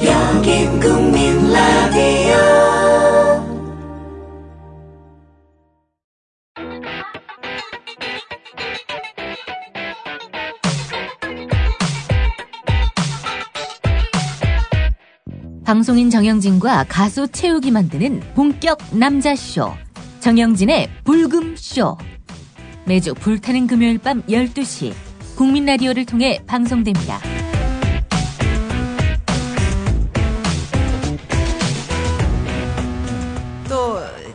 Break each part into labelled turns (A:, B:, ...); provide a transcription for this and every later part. A: 국민 국민 라디오
B: 방송인 정영진과 가수 채욱이 만드는 본격 남자쇼. 정영진의 불금쇼. 매주 불타는 금요일 밤 12시 국민라디오를 통해 방송됩니다.
C: 또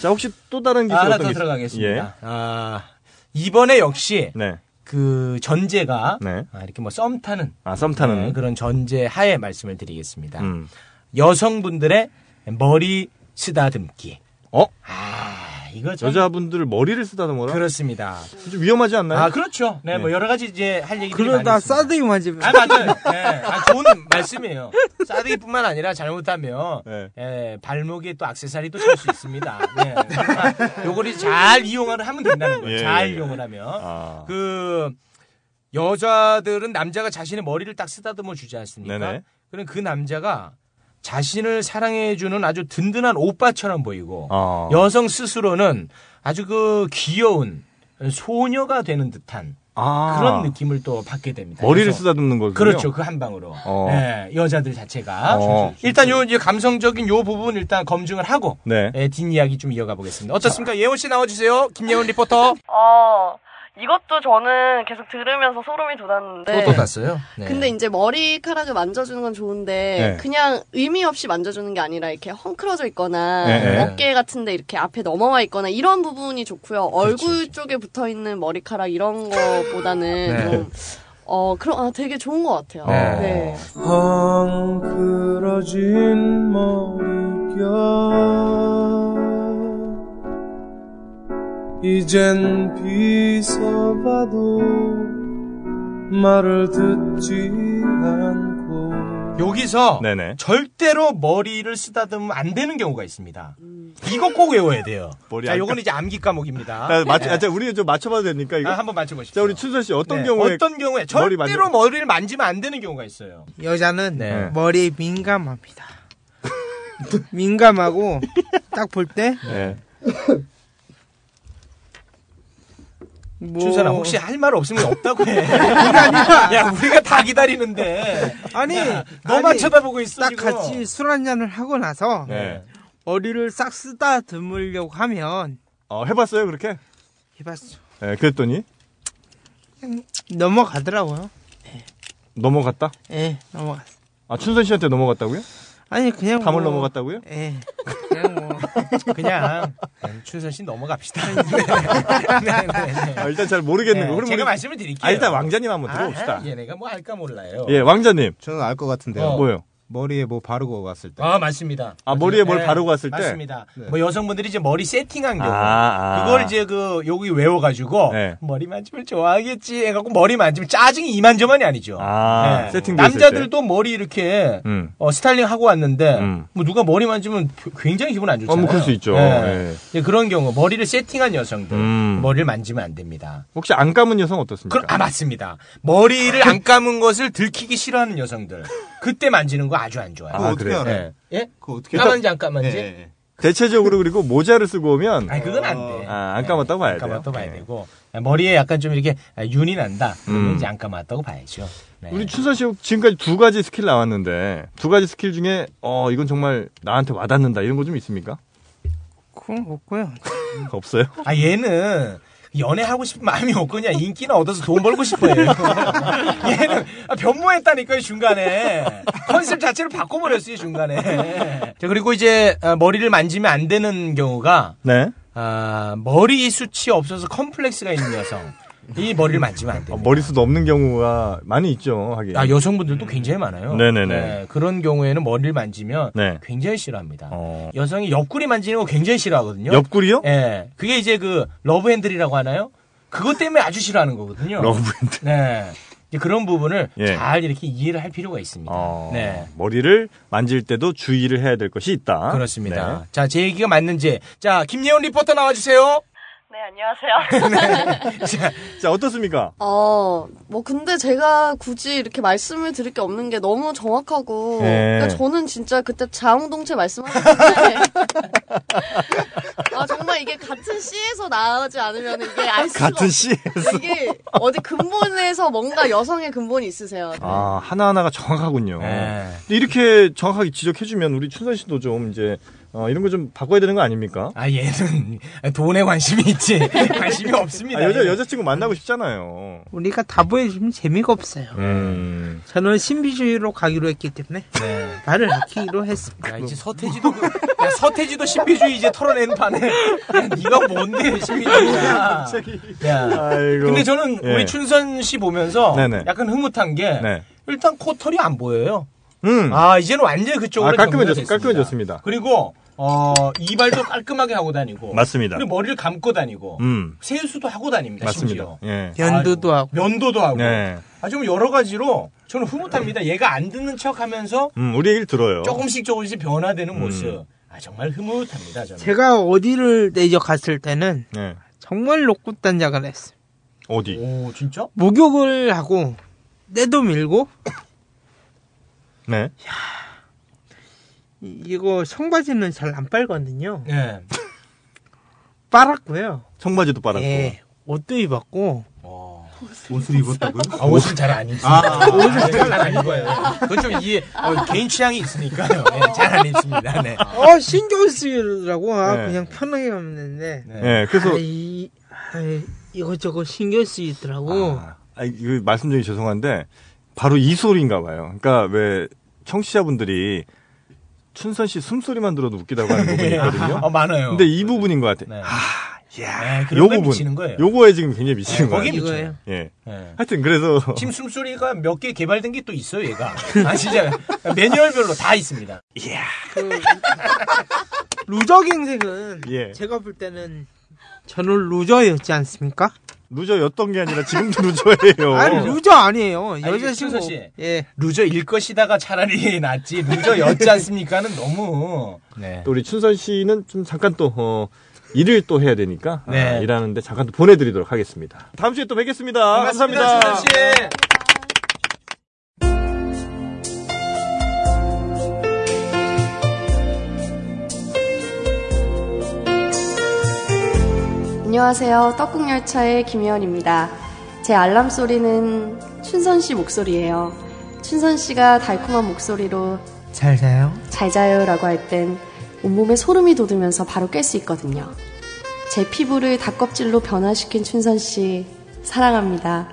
D: 자 혹시 또 다른 기술
E: 아, 하나
D: 어떤
E: 더
D: 기술?
E: 들어가겠습니다.
D: 예.
E: 아, 이번에 역시
D: 네.
E: 그 전제가
D: 네.
E: 아, 이렇게 뭐 썸 타는
D: 아, 썸 타는.
E: 네, 그런 전제 하에 말씀을 드리겠습니다.
D: 음.
E: 여성분들의 머리 쓰다듬기.
D: 어?
E: 아, 이거 좀
D: 여자분들 머리를 쓰다듬어라.
E: 그렇습니다.
D: 좀 위험하지 않나요?
E: 아, 그렇죠. 네, 뭐
D: 네.
E: 여러 가지 이제 할 얘기들이
F: 그러다
E: 많이 있습니다.
F: 싸대기만 뭐. 집.
E: 아, 맞아요. 예, 아, 좋은 말씀이에요. 싸대기뿐만 아니라 잘못하면
D: 네.
E: 예, 발목에 또 악세사리도 칠 수 있습니다. 예. 그러니까 요거를 잘 이용을 하면 된다는 거예요.
D: 예,
E: 잘
D: 예.
E: 이용을 하면
D: 아.
E: 그 여자들은 남자가 자신의 머리를 딱 쓰다듬어 주지 않습니까?
D: 네네.
E: 그럼 그 남자가 자신을 사랑해 주는 아주 든든한 오빠처럼 보이고
D: 어.
E: 여성 스스로는 아주 그 귀여운 소녀가 되는 듯한
D: 아.
E: 그런 느낌을 또 받게 됩니다.
D: 머리를
E: 그래서
D: 쓰다듬는 거군요.
E: 그렇죠. 그 한 방으로.
D: 어.
E: 예, 여자들 자체가.
D: 어.
E: 일단 요 이제 감성적인 요 부분 일단 검증을 하고
D: 네.
E: 예, 뒷이야기 좀 이어가 보겠습니다. 어떻습니까? 예원 씨 나와 주세요. 김예원 리포터.
G: 어, 이것도 저는 계속 들으면서 소름이 돋았는데.
E: 났어요.
G: 네.
E: 네.
G: 근데 이제 머리카락을 만져주는 건 좋은데
D: 네.
G: 그냥 의미 없이 만져주는 게 아니라 이렇게 헝클어져 있거나
D: 네, 네.
G: 어깨 같은데 이렇게 앞에 넘어와 있거나 이런 부분이 좋고요. 얼굴 쪽에 붙어 있는 머리카락 이런 거보다는
E: 네.
G: 좀 어, 그런 아 되게 좋은 것 같아요.
D: 네.
G: 네.
F: 헝클어진 머릿결 이젠 비서봐도 말을 듣지 않고
E: 여기서
D: 네네.
E: 절대로 머리를 쓰다듬으면 안 되는 경우가 있습니다. 이거 꼭 외워야 돼요.
D: 머리
E: 자,
D: 안
E: 요건 이제 암기 과목입니다.
D: 자, 맞, 아, 자, 우리 좀 맞춰봐도 됩니까, 이거?
E: 네. 아, 한번 맞춰보십시오.
D: 자, 우리 춘선 씨, 어떤
E: 네,
D: 경우에.
E: 어떤 경우에
D: 머리
E: 절대로
D: 만져-
E: 머리를 만지면 안 되는 경우가 있어요.
F: 여자는
E: 네.
F: 머리에 민감합니다. 민감하고 딱 볼 때
D: 네.
F: 뭐...
E: 춘선아, 혹시 할 말 없으면 없다고 해. 야, 우리가 다 기다리는데.
F: 아니
E: 야, 너만
F: 아니,
E: 쳐다보고 있어.
F: 딱
E: 지금.
F: 같이 술 한잔을 하고 나서
D: 네.
F: 머리를 싹 쓰다듬으려고 하면
D: 어, 해봤어요, 그렇게?
F: 해봤어
D: 네, 그랬더니,
F: 넘어가더라고요.
D: 넘어갔다?
F: 예, 넘어갔어.
D: 아, 춘선 씨한테 넘어갔다고요?
F: 아니 그냥
D: 담을
F: 뭐-
D: 넘어갔다고요?
F: 예, 그냥 뭐
E: 그냥
D: 네,
E: 춘선 씨 넘어갑시다. 네, 네, 네.
D: 아, 일단 잘 모르겠는 거.
E: 네,
D: 그럼
E: 제가
D: 우리-
E: 말씀을 드릴게요.
D: 아, 일단 왕자님 한번 들어봅시다.
E: 아, 얘네가 뭐 할까 몰라요.
D: 예, 왕자님.
H: 저는 알 것 같은데요.
E: 어.
D: 뭐요?
H: 머리에 뭐 바르고 갔을 때.
E: 아 맞습니다. 네,
D: 아, 머리에 뭘 바르고 갔을 때? 네.
E: 맞습니다. 뭐 여성분들이 이제 머리 세팅한 경우
D: 아, 아.
E: 그걸 이제 그 여기 외워가지고
D: 네.
E: 머리 만지면 좋아하겠지 해갖고 머리 만지면 짜증이 이만저만이 아니죠. 네.
D: 아, 세팅돼 있을
E: 남자들도 머리 이렇게
D: 음.
E: 어, 스타일링 하고 왔는데
D: 음.
E: 뭐 누가 머리 만지면 굉장히 기분 안 좋잖아요.
D: 어,
E: 네.
D: 뭐 그럴 수 있죠. 예.
E: 이제 그런 경우 머리를 세팅한 여성들
D: 음. 그러니까.
E: 머리를 만지면 안 됩니다.
D: 혹시 안 감은 여성 어떻습니까?
E: 그럼 아 맞습니다. 머리를 안 감은 것을 들키기 싫어하는 여성들 그때 만지는 거 아주 안 좋아요.
H: 그거
D: 아,
H: 어떻게
D: 그래요?
H: 알아요?
E: 예. 예?
H: 그거 어떻게
E: 까만지 안 까만지?
H: 예, 예.
D: 대체적으로 그리고 모자를 쓰고 오면
E: 아니 그건 안 돼.
D: 아, 안 감았다고 봐야
E: 안
D: 돼요.
E: 감았다고 봐야
D: 네.
E: 되고 머리에 약간 좀 이렇게 윤이 난다. 그러면
D: 음.
E: 이제 안 감았다고 봐야죠. 네.
D: 우리 춘선 씨 지금까지 두 가지 스킬 나왔는데 두 가지 스킬 중에 어 이건 정말 나한테 와닿는다 이런 거 좀 있습니까?
F: 그건 없고요.
D: 없어요?
E: 아 얘는 연애하고 싶은 마음이 없거냐 인기나 얻어서 돈 벌고 싶어요. 얘는 아, 변모했다니까요 중간에 컨셉 자체를 바꿔버렸어요 중간에. 자 그리고 이제 아, 머리를 만지면 안 되는 경우가
D: 네.
E: 아, 머리 숱이 없어서 컴플렉스가 있는 여성. 이 머리를 만지면 안
D: 아,
E: 돼요.
D: 머리숱 없는 경우가 많이 있죠. 하긴.
E: 네. 아, 여성분들도 굉장히 많아요.
D: 네네네.
E: 그런 경우에는 머리를 만지면
D: 네.
E: 굉장히 싫어합니다.
D: 어.
E: 여성이 옆구리 만지는 거 굉장히 싫어하거든요.
D: 옆구리요?
E: 예. 그게 이제 그 러브 핸들이라고 하나요? 그것 때문에 아주 싫어하는 거거든요.
D: 러브핸드.
E: 네. 이제 그런 부분을
D: 예.
E: 잘 이렇게 이해를 할 필요가 있습니다.
D: 어,
E: 네.
D: 머리를 만질 때도 주의를 해야 될 것이 있다.
E: 그렇습니다.
D: 네.
E: 자, 제 얘기가 맞는지. 자, 김예원 리포터 나와주세요.
A: 네, 안녕하세요.
E: 자,
D: 네. 자, 어떻습니까?
G: 어, 뭐 근데 제가 굳이 이렇게 말씀을 드릴 게 없는 게 너무 정확하고
D: 네.
G: 그러니까 저는 진짜 그때 자웅동체 말씀하셨는데 아 정말 이게 같은 씨에서 나오지 않으면 이게 알 수가
D: 같은
G: 없-
D: 씨.
G: 이게 어디 근본에서 뭔가 여성의 근본이 있으세요.
D: 아, 하나하나가 정확하군요.
E: 네.
D: 근데 이렇게 정확하게 지적해주면 우리 춘선 씨도 좀 이제 어, 이런 거 좀 바꿔야 되는 거 아닙니까?
E: 아, 얘는 돈에 관심이 있지. 관심이 없습니다.
D: 아, 여자, 여자친구 만나고 싶잖아요.
F: 우리가 다 보여주면 재미가 없어요.
D: 음.
F: 저는 신비주의로 가기로 했기 때문에
E: 네.
F: 말을 아끼기로 했습니다.
E: 야, 이제 서태지도 그, 야, 서태지도 신비주의 이제 털어낸 판에 야, 네가 뭔데 신비주의야. 야.
D: 아이고.
E: 근데 저는
D: 예.
E: 우리 춘선 씨 보면서
D: 네네.
E: 약간 흐뭇한 게
D: 네.
E: 일단 코털이 안 보여요.
D: 음.
E: 아 이제는 완전 히
D: 아,
E: 그쪽으로
D: 깔끔해졌-
E: 정리가 됐습니다.
D: 깔끔해졌습니다.
E: 그리고 어, 이발도 깔끔하게 하고 다니고
D: 맞습니다.
E: 그리고 머리를 감고 다니고
D: 음.
E: 세수도 하고 다닙니다.
D: 맞습니다.
E: 네, 심지어.
D: 예.
F: 면도도 하고.
E: 면도도 하고.
D: 네.
E: 아주 뭐 여러 가지로 저는 흐뭇합니다. 얘가 안 듣는 척하면서
D: 음, 우리 얘기를 들어요.
E: 조금씩 조금씩 변화되는
D: 음.
E: 모습. 아 정말 흐뭇합니다. 저는.
F: 제가 어디를 내려 갔을 때는
D: 네.
F: 정말 로꽃단장을 했어요.
D: 어디?
E: 오 진짜?
F: 목욕을 하고 때도 밀고
D: 네.
F: 이- 이거 청바지는 잘 안 빨거든요.
E: 네.
F: 빨았고요.
D: 청바지도 빨았고.
F: 예, 옷도 입었고
H: 옷을 입었다고요?
E: 아, 옷은 잘 안 입습니다. 아, 옷은 잘 안 입어요. 그건 좀 이해, 어, 개인 취향이 있으니까요. 네, 잘 안 입습니다. 네.
F: 어 신경 쓰이더라고. 아,
D: 아, 네.
F: 그냥 편하게 하면 되는데
E: 네.
D: 예, 그래서
F: 아, 이, 아, 이것저것 신경 쓰이더라고.
D: 아, 아, 이거 말씀 중에 죄송한데 바로 이 소리인가 봐요. 그러니까 왜 청취자분들이 춘선 씨 숨소리만 들어도 웃기다고 하는 부분이 있거든요.
E: 아, 많아요.
D: 근데 이 부분인 것 같아.
E: 네.
D: 야,
E: 네, 그런
D: 요
E: 거에
D: 부분.
E: 미치는 거예요.
D: 요거에 지금 굉장히 미치는
E: 네,
D: 거예요.
E: 거기에
F: 이거예요.
D: 예.
E: 네.
D: 하여튼 그래서
E: 지금 숨소리가 몇 개 개발된 게 또 있어요, 얘가. 아, 진짜. 매뉴얼별로 다 있습니다.
F: 그 루저갱생은
D: 예.
F: 제가 볼 때는 저는 루저였지 않습니까?
D: 루저였던 게 아니라 지금도 루저예요.
F: 아니 루저 아니에요.
E: 이게
F: 여자친구.
E: 순서 씨.
F: 예.
E: 루저일 것이다가 차라리 낫지. 루저였지 않습니까는 너무. 네.
D: 또 우리 춘선 씨는 좀 잠깐 또 어, 일을 또 해야 되니까 아,
E: 네.
D: 일하는데 잠깐 또 보내드리도록 하겠습니다. 다음 주에 또 뵙겠습니다. 감사합니다.
E: 고맙습니다, 신현 씨.
G: 안녕하세요. 떡국열차의 김희원입니다. 제 알람 소리는 춘선 씨 목소리예요. 춘선 씨가 달콤한 목소리로
F: 잘 자요.
G: 잘 자요라고 할 땐 온몸에 소름이 돋으면서 바로 깰 수 있거든요. 제 피부를 닭껍질로 변화시킨 춘선 씨 사랑합니다.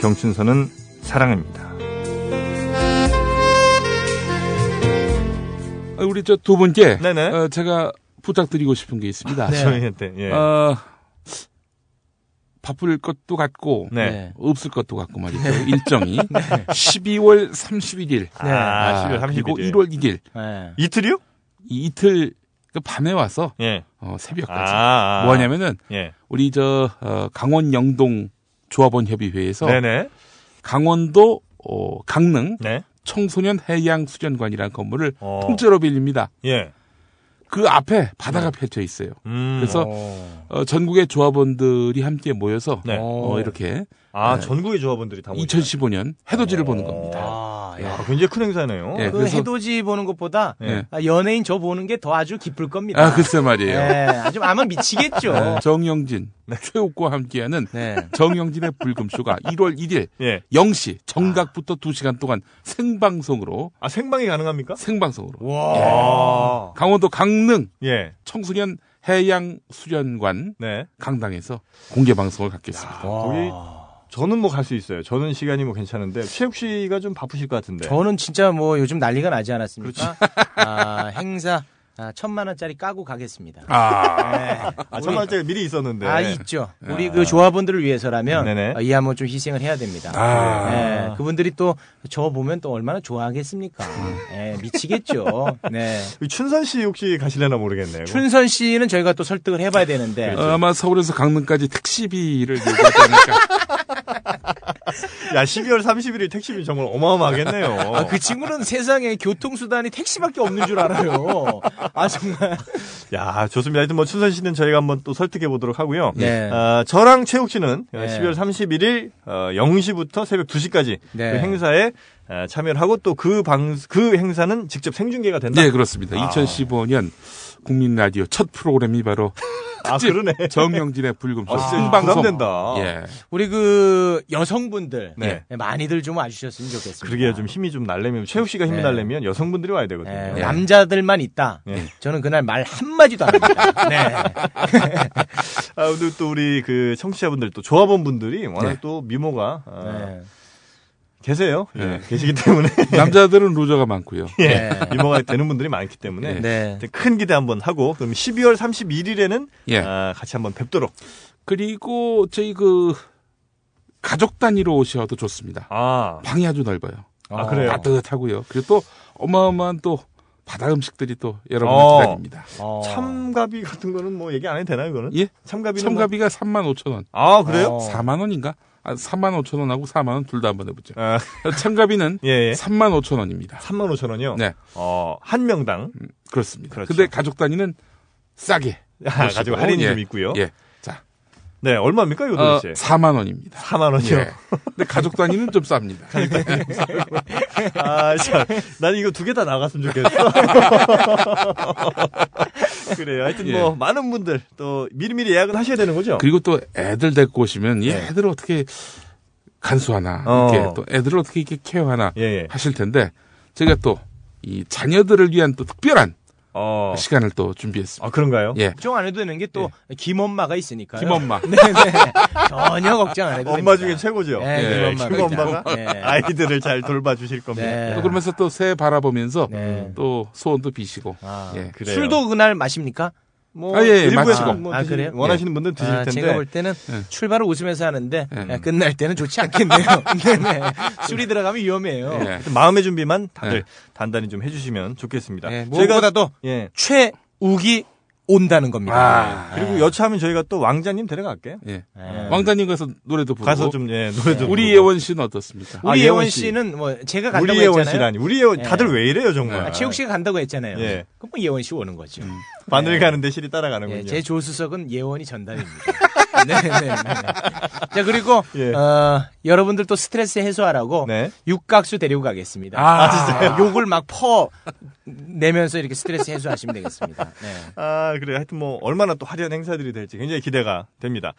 D: 경춘선은 사랑합니다.
I: 아, 우리 저 두 분께
D: 네네.
I: 어, 제가 부탁드리고 싶은 게 있습니다.
E: 네.
H: 네.
D: 저희한테 예.
I: 어, 바쁠 것도 같고
D: 네.
I: 네, 없을 것도 같고 말이죠. 일정이
H: 네.
I: 12월 31일
D: 아, 11월 31일.
I: 그리고 1월 1일
E: 네.
D: 이틀이요?
I: 이 이틀 그 밤에 와서
D: 예.
I: 어, 새벽까지
D: 아,
I: 뭐 하냐면은
D: 예.
I: 우리 저 어, 강원 영동 조합원 협의회에서
D: 네네.
I: 강원도 어, 강릉
D: 네.
I: 청소년 해양 수련관이라는 건물을
D: 어.
I: 통째로 빌립니다.
D: 예.
I: 그 앞에 바다가
D: 네.
I: 펼쳐 있어요.
D: 음.
I: 그래서 어, 전국의 조합원들이 함께 모여서
D: 네.
I: 어, 이렇게
D: 아 전국의 조합원들이 다 모이죠.
I: 2015년 해돋이를
D: 어.
I: 보는 겁니다.
E: 아,
D: 야, 굉장히 큰 행사네요.
I: 예,
E: 그
I: 그래서-
E: 해돋이 보는 것보다
I: 예.
D: 네.
E: 아, 연예인 저 보는 게 더 아주 기쁠 겁니다.
I: 아 글쎄 말이에요.
D: 네.
E: 예, 아주 아마 미치겠죠.
I: 네, 정영진 최욱과 함께하는
E: 네.
I: 정영진의 불금쇼가 1월 1일
D: 예.
I: 0시 정각부터 2시간 동안 생방송으로
D: 아 생방이 가능합니까?
I: 생방송으로
D: 와.
I: 강원도 강릉
D: 예.
I: 청소년 해양 수련관
D: 네.
I: 강당에서 공개 방송을 갖겠습니다.
D: 거기 저는 뭐 갈 수 있어요. 저는 시간이 뭐 괜찮은데 최욱 씨가 좀 바쁘실 것 같은데. 그렇죠.
E: 저는 진짜 뭐 요즘 난리가 나지 않았습니까? 아, 행사 아, 천만 원짜리 까고 가겠습니다.
D: 아. 아, 천만
E: 우리-
D: 원짜리 미리 있었는데.
E: 아 있죠. 우리
D: 아.
E: 그 조합원들을 위해서라면
D: 네네.
E: 어, 이 한번 좀 희생을 해야 됩니다.
D: 아.
E: 네, 그분들이 또 저 보면 또 얼마나 좋아하겠습니까.
D: 음.
E: 네, 미치겠죠. 네.
D: 춘선 씨 혹시 가실려나 모르겠네요.
E: 춘선 씨는 저희가 또 설득을 해봐야 되는데
I: 어,
D: 그렇죠.
I: 아마 서울에서 강릉까지 택시비를 내고 하니까
D: 야, 12월 31일 택시비 정말 어마어마하겠네요.
E: 아, 그 친구는 세상에 교통수단이 택시밖에 없는 줄 알아요. 아, 정말.
D: 야, 좋습니다. 하여튼 뭐 춘선 씨는 저희가 한번 또 설득해 보도록 하고요.
E: 네.
D: 아, 저랑 최욱 씨는
E: 네.
D: 12월 31일 어, 0시부터 새벽 2시까지
E: 네.
D: 그 행사에 아, 참여를 하고 또 그 방 그 행사는 직접 생중계가 된다.
I: 네 그렇습니다. 2015년 국민 라디오 첫 프로그램이 바로
D: 아, 그러네.
I: 정영진의 불금쇼
D: 아, 진짜
I: 생방송.
D: 부담된다.
I: 예.
E: 우리 그 여성분들
D: 네.
E: 예, 많이들 좀 와주셨으면 좋겠습니다.
D: 그러게요. 좀 힘이 좀 날려면 최욱 씨가 힘이
E: 네.
D: 날려면 여성분들이 와야
E: 예,
D: 되거든요. 아,
E: 남자들만 있다.
D: 예.
E: 저는 그날 말 한마디도 안 합니다. 네.
D: 아, 오늘 또 우리 그 청취자분들 또 조합원 분들이 워낙
I: 네.
D: 또 미모가 아,
E: 네.
D: 계세요. 예,
I: 네.
D: 계시기 때문에
I: 남자들은 로저가 많고요.
D: 예,
E: 네.
D: 미모가 되는 분들이 많기 때문에
I: 네.
E: 네.
D: 하여튼 큰 기대 한번 하고 그럼 12월 31일에는 아,
I: 예.
D: 같이 한번 뵙도록.
I: 그리고 저희 그 가족 단위로 오셔도 좋습니다.
D: 아,
I: 방이 아주 넓어요.
D: 아, 그래요?
I: 따뜻하고요. 그리고 또 어마어마한 또 바다 음식들이 또 여러분
D: 어.
I: 을 기다립니다.
E: 어.
D: 참가비 같은 거는 뭐 얘기 안 해도 되나요, 이거는?
I: 예?
D: 참가비는
I: 참가비가 3만 5천 원.
D: 뭐- 아, 그래요?
E: 어.
I: 4만 원인가? 아, 4만 5천 원하고 4만 원 둘 다 한번 해보죠.
D: 아,
I: 참가비는
D: 예, 예.
I: 3만 5천 원입니다.
D: 3만 5천 원이요?
I: 네,
D: 어, 한 명당.
I: 그렇습니다.
D: 그렇죠.
I: 근데 가족 단위는 싸게.
D: 아, 가지고 할인이
I: 예.
D: 좀 있고요.
I: 예. 자,
D: 네, 얼마입니까, 이거
I: 어,
D: 도대체?
I: 4만 원입니다.
D: 4만 원이요.
I: 예. 근데 가족 단위는 좀 쌉니다. 예.
D: 아, 참. 난 이거 두 개 다 나갔으면 좋겠어. 그래요. 하여튼
I: 예.
D: 뭐, 많은 분들 또 미리미리 예약은 하셔야 되는 거죠?
I: 그리고 또 애들 데리고 오시면 이 애들 어떻게 간수하나
D: 네. 어.
I: 이렇게 또 애들을 어떻게 이렇게 케어하나
D: 예, 예.
I: 하실 텐데 제가 또 이 자녀들을 위한 또 특별한
D: 어.
I: 시간을 또 준비했습니다.
D: 아, 그런가요?
I: 예.
E: 걱정 안 해도 되는 게 또 김엄마가 있으니까요.
I: 김엄마.
E: 네네. 전혀 걱정 안 해도
D: 엄마 중에
E: 됩니다.
D: 최고죠.
E: 네,
I: 예,
D: 최고
E: 김엄마가 있다.
D: 엄마가
E: 네.
D: 아이들을 잘 돌봐주실 겁니다.
E: 네.
I: 또 그러면서 또 새해 바라보면서
E: 네.
I: 또 소원도 비시고
E: 아,
I: 예.
D: 그래요.
E: 술도 그날 마십니까?
D: 뭐
I: 아, 예, 예,
D: 일부에서
I: 마시고.
D: 뭐
E: 아,
D: 드시-
E: 그래요?
D: 원하시는 분들은 드실
E: 아,
D: 텐데.
E: 제가 볼 때는
I: 예.
E: 출발을 웃으면서 하는데
I: 예.
E: 아, 끝날 때는 좋지 않겠네요. 네네. 술이 들어가면 위험해요.
I: 예.
D: 하여튼 마음의 준비만 다들
I: 네.
D: 단단히 좀 해주시면 좋겠습니다.
E: 예,
D: 저희가
E: 무엇보다도
D: 예
E: 최욱이 온다는 겁니다.
I: 아.
D: 그리고 여차하면 저희가 또 왕자님 데려갈게요.
I: 예.
E: 예.
I: 왕다님 가서 노래도
D: 네.
I: 부르고
D: 가서 좀 예 노래 좀
I: 우리
D: 부르고.
I: 예원 씨는 어떻습니까?
E: 우리
D: 아, 예원
E: 예원
D: 씨.
E: 씨는 뭐 제가 간다고
D: 우리 예원
E: 했잖아요.
D: 씨라니 우리 예원 다들 왜 이래요 정말.
E: 아, 최욱 씨가 간다고 했잖아요.
D: 예.
E: 그럼 뭐 예원 씨 오는 거죠.
D: 바늘
E: 예.
D: 가는데 실이
E: 예,
D: 따라가는군요.
E: 제 조수석은 예원이 전담입니다. 네, 네, 네. 자 그리고
D: 예.
E: 어, 여러분들 또 스트레스 해소하라고
D: 네.
E: 육각수 데리고 가겠습니다.
I: 아,
E: 욕을 막 퍼 내면서 이렇게 스트레스 해소하시면 되겠습니다. 네.
D: 아 그래 하여튼 뭐 얼마나 또 화려한 행사들이 될지 굉장히 기대가 됩니다.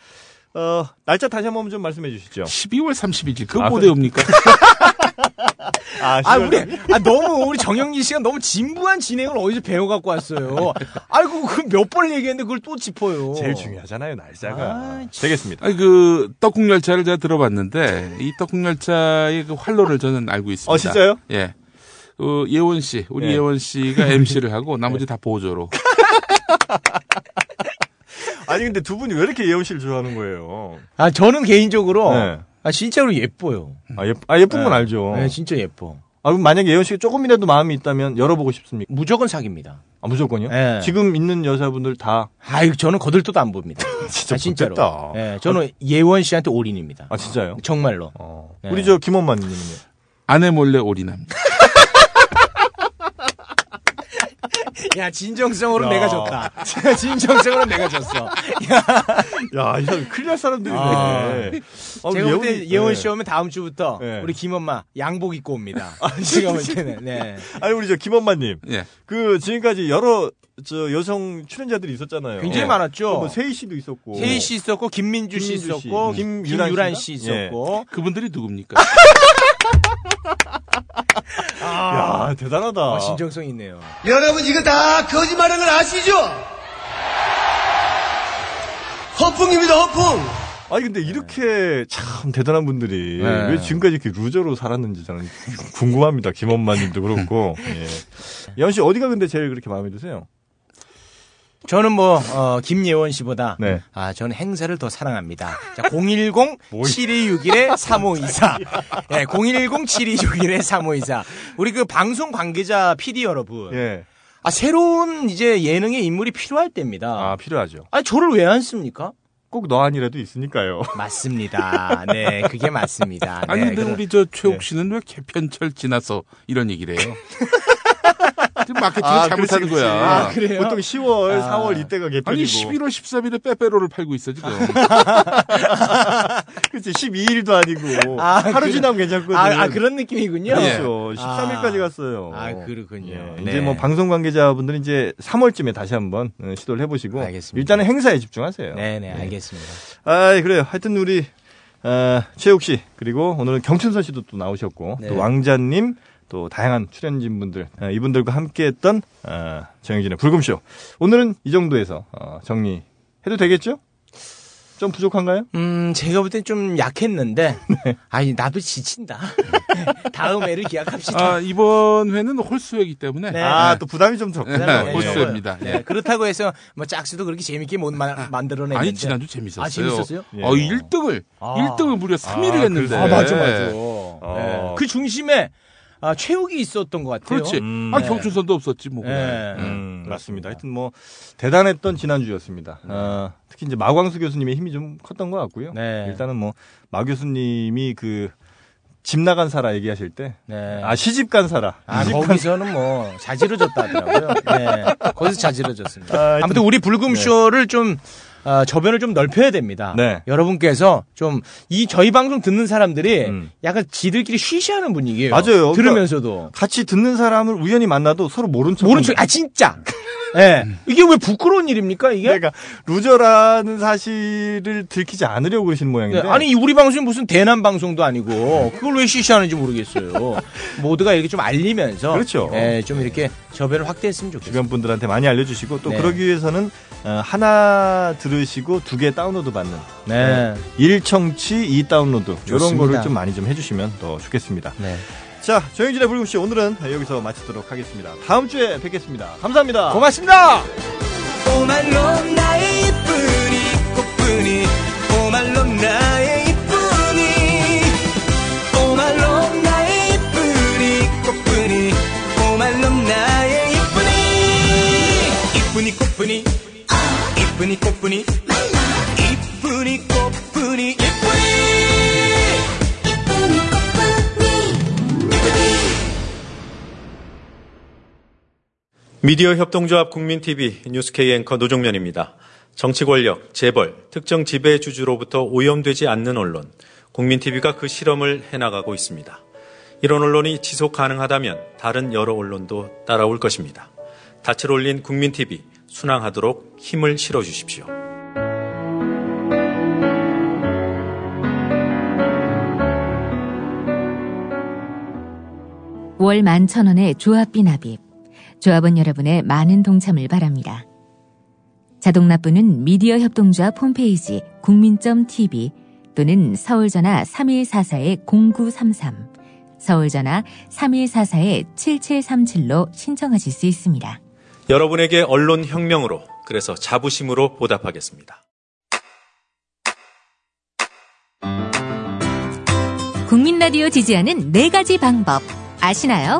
D: 어 날짜 다시 한번 좀 말씀해 주시죠.
I: 12월 30일 그거
D: 아,
I: 못 외웁니까?
D: 아,
E: 아,
D: 시월-
E: 우리, 아, 너무, 우리 정영진 씨가 너무 진부한 진행을 어디서 배워갖고 왔어요. 아이고, 그몇 번 얘기했는데 그걸 또 짚어요.
D: 제일 중요하잖아요 날짜가
E: 아,
D: 되겠습니다.
I: 아니, 그 떡국 열차를 제가 들어봤는데 이 떡국 열차의 그 활로를 저는 알고 있습니다.
D: 어, 진짜요?
I: 예. 어, 예원 씨, 우리
D: 예.
I: 예. 원 씨가 MC를 하고 나머지 다 보조로.
D: 아니 근데 두 분이 왜 이렇게 예원 씨를 좋아하는 거예요?
E: 아, 저는 개인적으로,
D: 네.
E: 아, 진짜로 예뻐요.
D: 아, 예, 아 예쁜 건
E: 네.
D: 알죠.
E: 네, 진짜 예뻐.
D: 아, 그럼 만약에 예원 씨가 조금이라도 마음이 있다면 열어보고 싶습니까?
E: 무조건 사깁니다.
D: 아, 무조건요?
E: 예.
D: 지금 있는 여자분들 다.
E: 아유, 저는 거들떠도 안 봅니다.
D: 진짜
E: 아, 진짜로.
D: 못됐다.
E: 예, 저는 예원 씨한테 올인입니다.
D: 아, 진짜요?
E: 정말로.
D: 어.
E: 네.
D: 우리 저 김원만 님은요?
I: 아내 몰래 올인합니다.
E: 야, 진정성으로
D: 야.
E: 내가 졌다. 진정성으로 내가 졌어.
D: 야, 이 사람 큰일 날 사람들이네.
E: 아.
D: 아, 우리
E: 제가 볼
D: 예원이-
E: 때 예원
D: 네.
E: 씨 오면 다음 주부터
D: 네.
E: 우리 김엄마 양복 입고 옵니다.
D: 아,
E: 제가 볼 때는. 네.
D: 아니, 우리 저 김원만 님.
I: 예.
D: 그, 지금까지 여러 저 여성 출연자들이 있었잖아요.
E: 굉장히
D: 예.
F: 그
E: 많았죠.
D: 뭐 세희 씨도 있었고.
E: 세희 씨 있었고 김민주 씨
D: 김민주 씨,
E: 있었고
D: 음. 김유란
E: 김유란
D: 씨가? 예.
E: 씨 있었고
I: 그분들이 누굽니까?
D: 네, 야, 대단하다.
E: 아, 진정성 있네요.
F: 여러분 이거 다 거짓말하는 걸 아시죠? 허풍입니다 허풍
D: 아니, 근데 이렇게 참 대단한 분들이
E: 네.
D: 왜 지금까지 이렇게 루저로 살았는지 저는
E: 네.
D: 궁금합니다. 김원만 님도 그렇고. 예. 예원 씨 어디가 근데 제일 그렇게 마음에 드세요?
E: 저는 뭐 어, 김예원 씨보다
D: 네.
E: 아 저는 행사를 더 사랑합니다. 자, 010
D: 뭐
E: 7261의 3524. 예, 010 7261의 3524. 우리 그 방송 관계자 PD 여러분.
D: 예.
E: 아 새로운 이제 예능의 인물이 필요할 때입니다.
D: 아 필요하죠.
E: 아 저를 왜 안 씁니까?
D: 꼭 너 아니라도 있으니까요.
E: 맞습니다. 네, 그게 맞습니다.
I: 아니
E: 네,
I: 근데
E: 그럼-
I: 우리 저 최욱 씨는 왜 개편철 지나서 이런 얘기를 해요? 지금 마케팅을
D: 아,
I: 잘못하는
D: 그렇지, 그렇지.
I: 거야.
D: 아, 그래요? 보통
E: 아.
D: 10월, 4월 이때가 개편이고. 아,
I: 아니 11월 13일에 빼빼로를 팔고 있어 지금.
D: 그치, 12일도 아니고.
E: 아,
D: 하루
E: 그래.
D: 지나면 괜찮거든요.
E: 아, 아, 그런 느낌이군요.
D: 그렇죠.
E: 예.
D: 13일까지
E: 아.
D: 갔어요.
E: 아, 그렇군요.
D: 예, 이제 뭐 방송 관계자분들은 이제 3월쯤에 다시 한번 어, 시도를 해보시고
E: 알겠습니다.
D: 일단은 행사에 집중하세요.
E: 네, 네, 알겠습니다.
D: 아 그래요. 하여튼 우리 어, 최욱 씨 그리고 오늘은 경춘선 씨도 또 나오셨고
E: 네.
D: 또 왕자님 또 다양한 출연진 분들 어, 이분들과 함께했던 어, 정영진의 불금쇼 오늘은 이 정도에서 어, 정리해도 되겠죠? 좀 부족한가요?
E: 음, 제가 볼 땐 좀 약했는데,
D: 네.
E: 아니, 나도 지친다. 다음 회를 기약합시다.
I: 아, 이번 회는 홀수회이기 때문에
E: 네.
D: 아 또 부담이 좀 적고
I: 네,
E: 네,
I: 홀수회입니다.
E: 네,
I: 예.
E: 그렇다고 해서, 뭐, 짝수도 그렇게 재밌게 못 마-
D: 네,
E: 만들어냈는데.
I: 아니 지난주 재밌었어요.
E: 아, 재밌었어요?
I: 어, 1등을
E: 아.
I: 1등을 무려 3위를 했는데.
D: 그래서- 예. 아, 맞아,
E: 맞아. 네. 그 중심에, 아, 최욱이 있었던 것 같아요.
I: 그렇지.
D: 음.
I: 아
E: 네.
I: 경춘선도 없었지 뭐.
E: 예.
I: 그냥.
D: 음, 맞습니다. 하여튼 뭐 대단했던 지난주였습니다. 어, 특히 이제 마광수 교수님의 힘이 좀 컸던 것 같고요.
E: 네.
D: 일단은 뭐 마 교수님이 그 집 나간 사라 얘기하실 때
E: 네.
D: 아 시집 간 사라.
E: 아,
D: 시집 간
E: 거기서는 뭐, 자지러졌다 하더라고요. 네. 거기서 자지러졌습니다.
D: 아, 하여튼-
E: 아무튼 우리 불금쇼를 좀, 아, 저변을 좀 넓혀야 됩니다.
D: 네.
E: 여러분께서 좀, 이, 저희 방송 듣는 사람들이
D: 음.
E: 약간 지들끼리 쉬쉬하는 분위기예요
D: 맞아요. 그러니까
E: 들으면서도.
D: 같이 듣는 사람을 우연히 만나도 서로 모른 척.
E: 모른 척, 아, 진짜! 예. 이게 왜 부끄러운 일입니까, 이게?
D: 그러니까 루저라는 사실을 들키지 않으려고 그러시는 모양인데.
E: 네, 아니 이 우리 방송이 무슨 대남 방송도 아니고 그걸 왜 쉬쉬하는지 모르겠어요. 모두가 이렇게 좀 알리면서
D: 그렇죠.
E: 예, 좀 이렇게 저변을 확대했으면 좋겠어요.
D: 주변 분들한테 많이 알려주시고 또
E: 네.
D: 그러기 위해서는 어, 하나 들으시고 두 개 다운로드 받는
E: 네.
D: 일청치이다운로드 이런
E: 좋습니다.
D: 거를 좀 많이 좀 해주시면 더 좋겠습니다.
E: 네.
D: 자, 정영진의 불금쇼 오늘은 여기서 마치도록 하겠습니다. 다음 주에 뵙겠습니다. 감사합니다.
E: 고맙습니다.
A: 오말롬 나의 이쁜이 꽃분이 오말롬 나의 이쁜이 오말롬 나의 이쁜이 꽃분이 오말롬 나의 이쁜이 이쁜이 꽃분이 이쁜이 꽃분이 이쁜이 꽃분이 이쁜이 이쁜이 꽃분이 이쁜이
J: 미디어 협동조합 국민TV 뉴스케이 앵커 노종면입니다. 정치 권력, 재벌, 특정 지배 주주로부터 오염되지 않는 언론, 국민TV가 그 실험을 해나가고 있습니다. 이런 언론이 지속 가능하다면 다른 여러 언론도 따라올 것입니다. 닻을 올린 국민TV, 순항하도록 힘을 실어주십시오.
B: 월 11,000원의 조합비 납입. 조합원 여러분의 많은 동참을 바랍니다. 자동 납부는 미디어 협동조합 홈페이지 국민.tv 또는 서울전화 3144-0933, 서울전화 3144-7737로 신청하실 수 있습니다.
J: 여러분에게 언론 혁명으로, 그래서 자부심으로 보답하겠습니다.
B: 국민 라디오 지지하는 네 가지 방법 아시나요?